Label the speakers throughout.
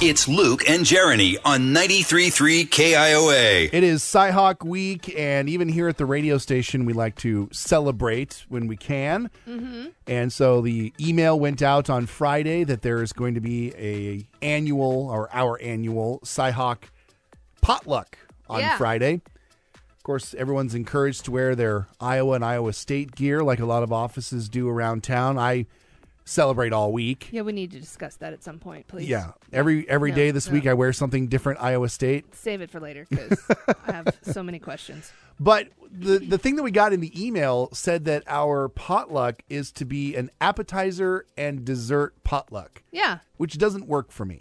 Speaker 1: It's Luke and Jeremy on 93.3 KIOA.
Speaker 2: It is Cyhawk Week, and even here at the radio station, we like to celebrate when we can.
Speaker 3: Mm-hmm.
Speaker 2: And so the email went out on Friday that there is going to be a annual or our annual Cyhawk potluck on
Speaker 3: Yeah.
Speaker 2: Friday. Of course, everyone's encouraged to wear their Iowa and Iowa State gear, like a lot of offices do around town. I celebrate all week.
Speaker 3: Yeah, we need to discuss that at some point, please.
Speaker 2: Yeah, every every
Speaker 3: No,
Speaker 2: day this
Speaker 3: no.
Speaker 2: week I wear something different Iowa State.
Speaker 3: Save it for later because I have so many questions.
Speaker 2: But the the thing that we got in the email said that our potluck is to be an appetizer and dessert potluck,
Speaker 3: Yeah,
Speaker 2: which doesn't work for me.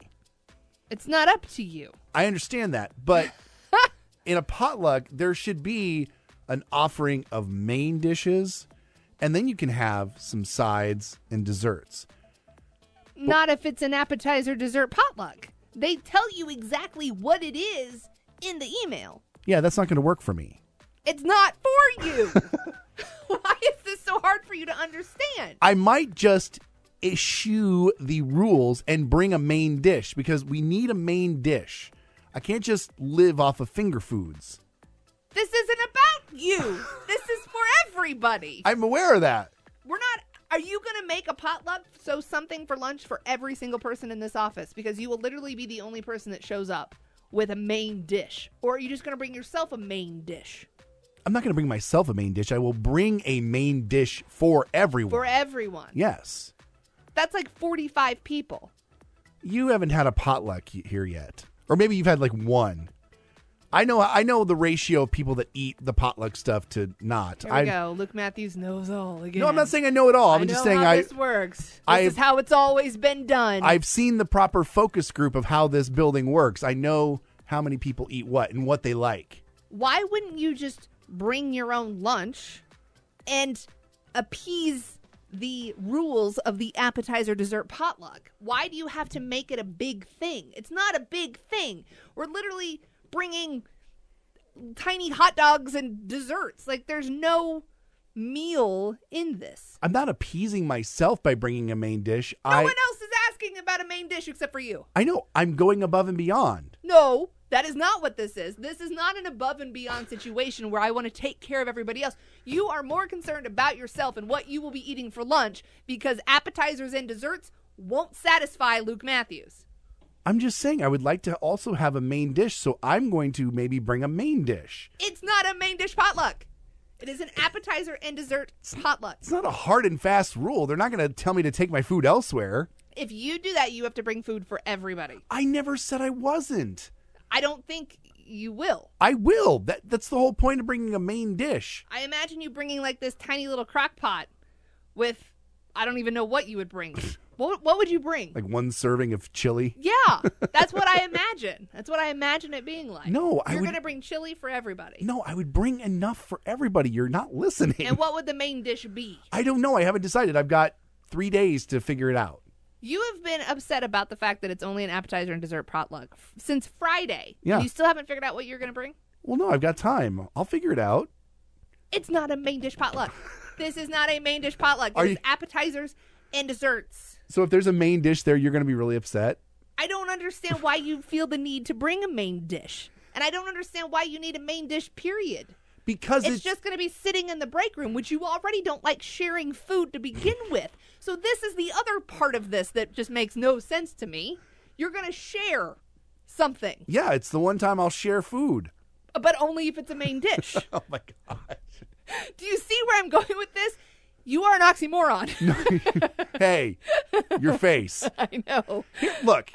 Speaker 3: it's not up to you.
Speaker 2: I understand that, but in a potluck there should be an offering of main dishes and then you can have some sides and desserts.
Speaker 3: Not if it's an appetizer dessert potluck. They tell you exactly what it is in the email.
Speaker 2: Yeah, that's not going to work for me.
Speaker 3: It's not for you. Why is this so hard for you to understand?
Speaker 2: I might just eschew the rules and bring a main dish because we need a main dish. I can't just live off of finger foods.
Speaker 3: This isn't about you. This is for everybody.
Speaker 2: I'm aware of that.
Speaker 3: We're not. Are you going to make a potluck so something for lunch for every single person in this office? Because you will literally be the only person that shows up with a main dish. Or are you just going to bring yourself a main dish
Speaker 2: I'm not going to bring myself a main dish. I will bring a main dish for everyone.
Speaker 3: for e- everyone?
Speaker 2: yes.
Speaker 3: That's like 45 people.
Speaker 2: You haven't had a potluck y- here yet. Or maybe you've had like one. I know I know the ratio of people that eat the potluck stuff to not.
Speaker 3: Here we
Speaker 2: I
Speaker 3: go. Luke Matthews knows all again.
Speaker 2: No, I'm not saying I know it all. I'm
Speaker 3: I
Speaker 2: just
Speaker 3: know
Speaker 2: saying
Speaker 3: how
Speaker 2: I
Speaker 3: this works. This
Speaker 2: I've-
Speaker 3: is how it's always been done.
Speaker 2: I've seen the proper focus group of how this building works. I know how many people eat what and what they like.
Speaker 3: why wouldn't you just bring your own lunch and appease the rules of the appetizer dessert potluck? Why do you have to make it a big thing? It's not a big thing. We're literally bringing tiny hot dogs and desserts. Like there's no meal in this.
Speaker 2: I'm not appeasing myself by bringing a main dish.
Speaker 3: No
Speaker 2: I
Speaker 3: one else is asking about a main dish except for you.
Speaker 2: I know I'm going above and beyond.
Speaker 3: No, that is not what this is. This is not an above and beyond situation where I want to take care of everybody else. You are more concerned about yourself and what you will be eating for lunch because appetizers and desserts won't satisfy Luke Matthews.
Speaker 2: I'm just saying I would like to also have a main dish, so I'm going to maybe bring a main dish.
Speaker 3: It's not a main dish potluck. It is an appetizer and dessert potluck.
Speaker 2: It's not a hard and fast rule. They're not going to tell me to take my food elsewhere.
Speaker 3: If you do that, you have to bring food for everybody.
Speaker 2: I never said I wasn't.
Speaker 3: I don't think you will.
Speaker 2: I will. That that's the whole point of bringing a main dish.
Speaker 3: I imagine you bringing like this tiny little crock pot with I don't even know what you would bring. what what would you bring?
Speaker 2: Like one serving of chili.
Speaker 3: Yeah, that's what I imagine. That's what I imagine it being like.
Speaker 2: No,
Speaker 3: you're
Speaker 2: I would-
Speaker 3: gonna bring chili for everybody.
Speaker 2: No, I would bring enough for everybody. You're not listening.
Speaker 3: And what would the main dish be?
Speaker 2: I don't know. I haven't decided. I've got three days to figure it out.
Speaker 3: You have been upset about the fact that it's only an appetizer and dessert potluck f- since Friday.
Speaker 2: Yeah.
Speaker 3: You still haven't figured out what you're gonna bring.
Speaker 2: Well, no, I've got time. I'll figure it out.
Speaker 3: It's not a main dish potluck. this is not a main dish potluck.
Speaker 2: Are
Speaker 3: It's
Speaker 2: you-
Speaker 3: appetizers and desserts.
Speaker 2: So if there's a main dish there, you're going to be really upset.
Speaker 3: I don't understand why you feel the need to bring a main dish, and I don't understand why you need a main dish. Period.
Speaker 2: Because
Speaker 3: It's just going to be sitting in the break room, which you already don't like sharing food to begin with. So this is the other part of this that just makes no sense to me. You're going to share something,
Speaker 2: Yeah, it's the one time I'll share food.
Speaker 3: but only if it's a main dish.
Speaker 2: Oh my god.
Speaker 3: Do you see where I'm going with this? You are an oxymoron.
Speaker 2: hey, your face.
Speaker 3: I know.
Speaker 2: Look.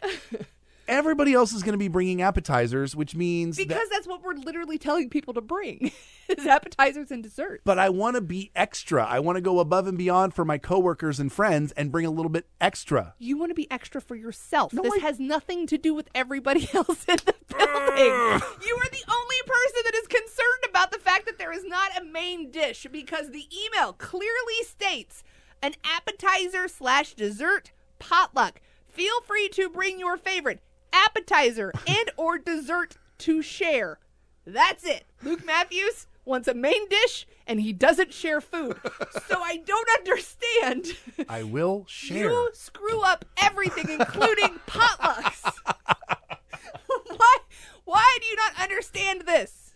Speaker 2: Everybody else is going to be bringing appetizers, which means that-
Speaker 3: Because that's what we're literally telling people to bring is appetizers and dessert.
Speaker 2: but I want to be extra. I want to go above and beyond for my coworkers and friends and bring a little bit extra.
Speaker 3: You want to be extra for yourself.
Speaker 2: No,
Speaker 3: this
Speaker 2: I-
Speaker 3: has nothing to do with everybody else in the building. you are the only person that is concerned about the fact that there is not a main dish because the email clearly states an appetizer slash dessert potluck. Feel free to bring your favorite appetizer and or dessert to share. That's it. Luke Matthews wants a main dish and he doesn't share food. so I don't understand.
Speaker 2: I will share.
Speaker 3: You screw up everything, including potlucks.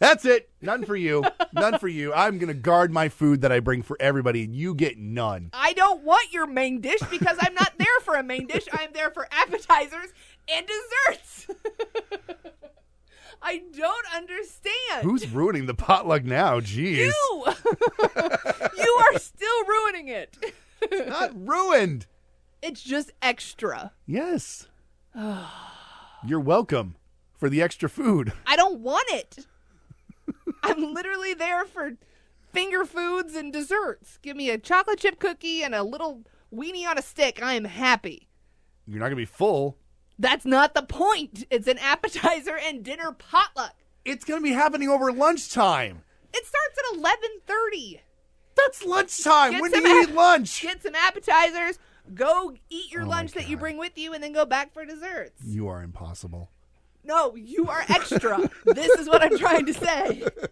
Speaker 2: That's it. None for you. None for you. I'm going to guard my food that I bring for everybody. You get none.
Speaker 3: I don't want your main dish because I'm not there for a main dish. I'm there for appetizers and desserts. I don't understand.
Speaker 2: Who's ruining the potluck now? Jeez.
Speaker 3: you? you are still ruining it.
Speaker 2: Not ruined.
Speaker 3: It's just extra.
Speaker 2: Yes. You're welcome for the extra food.
Speaker 3: I don't want it. I'm literally there for finger foods and desserts. Give me a chocolate chip cookie and a little weenie on a stick. I am happy.
Speaker 2: You're not going to be full.
Speaker 3: That's not the point. It's an appetizer and dinner potluck.
Speaker 2: It's going to be happening over lunchtime.
Speaker 3: It starts at 11:30.
Speaker 2: That's lunchtime.
Speaker 3: Get
Speaker 2: when do
Speaker 3: some
Speaker 2: you
Speaker 3: app-
Speaker 2: eat lunch?
Speaker 3: Get some appetizers, go eat your
Speaker 2: Oh my
Speaker 3: lunch that you
Speaker 2: God.
Speaker 3: bring with you and then go back for desserts.
Speaker 2: You are impossible.
Speaker 3: No, you are extra. this is what I'm trying to say.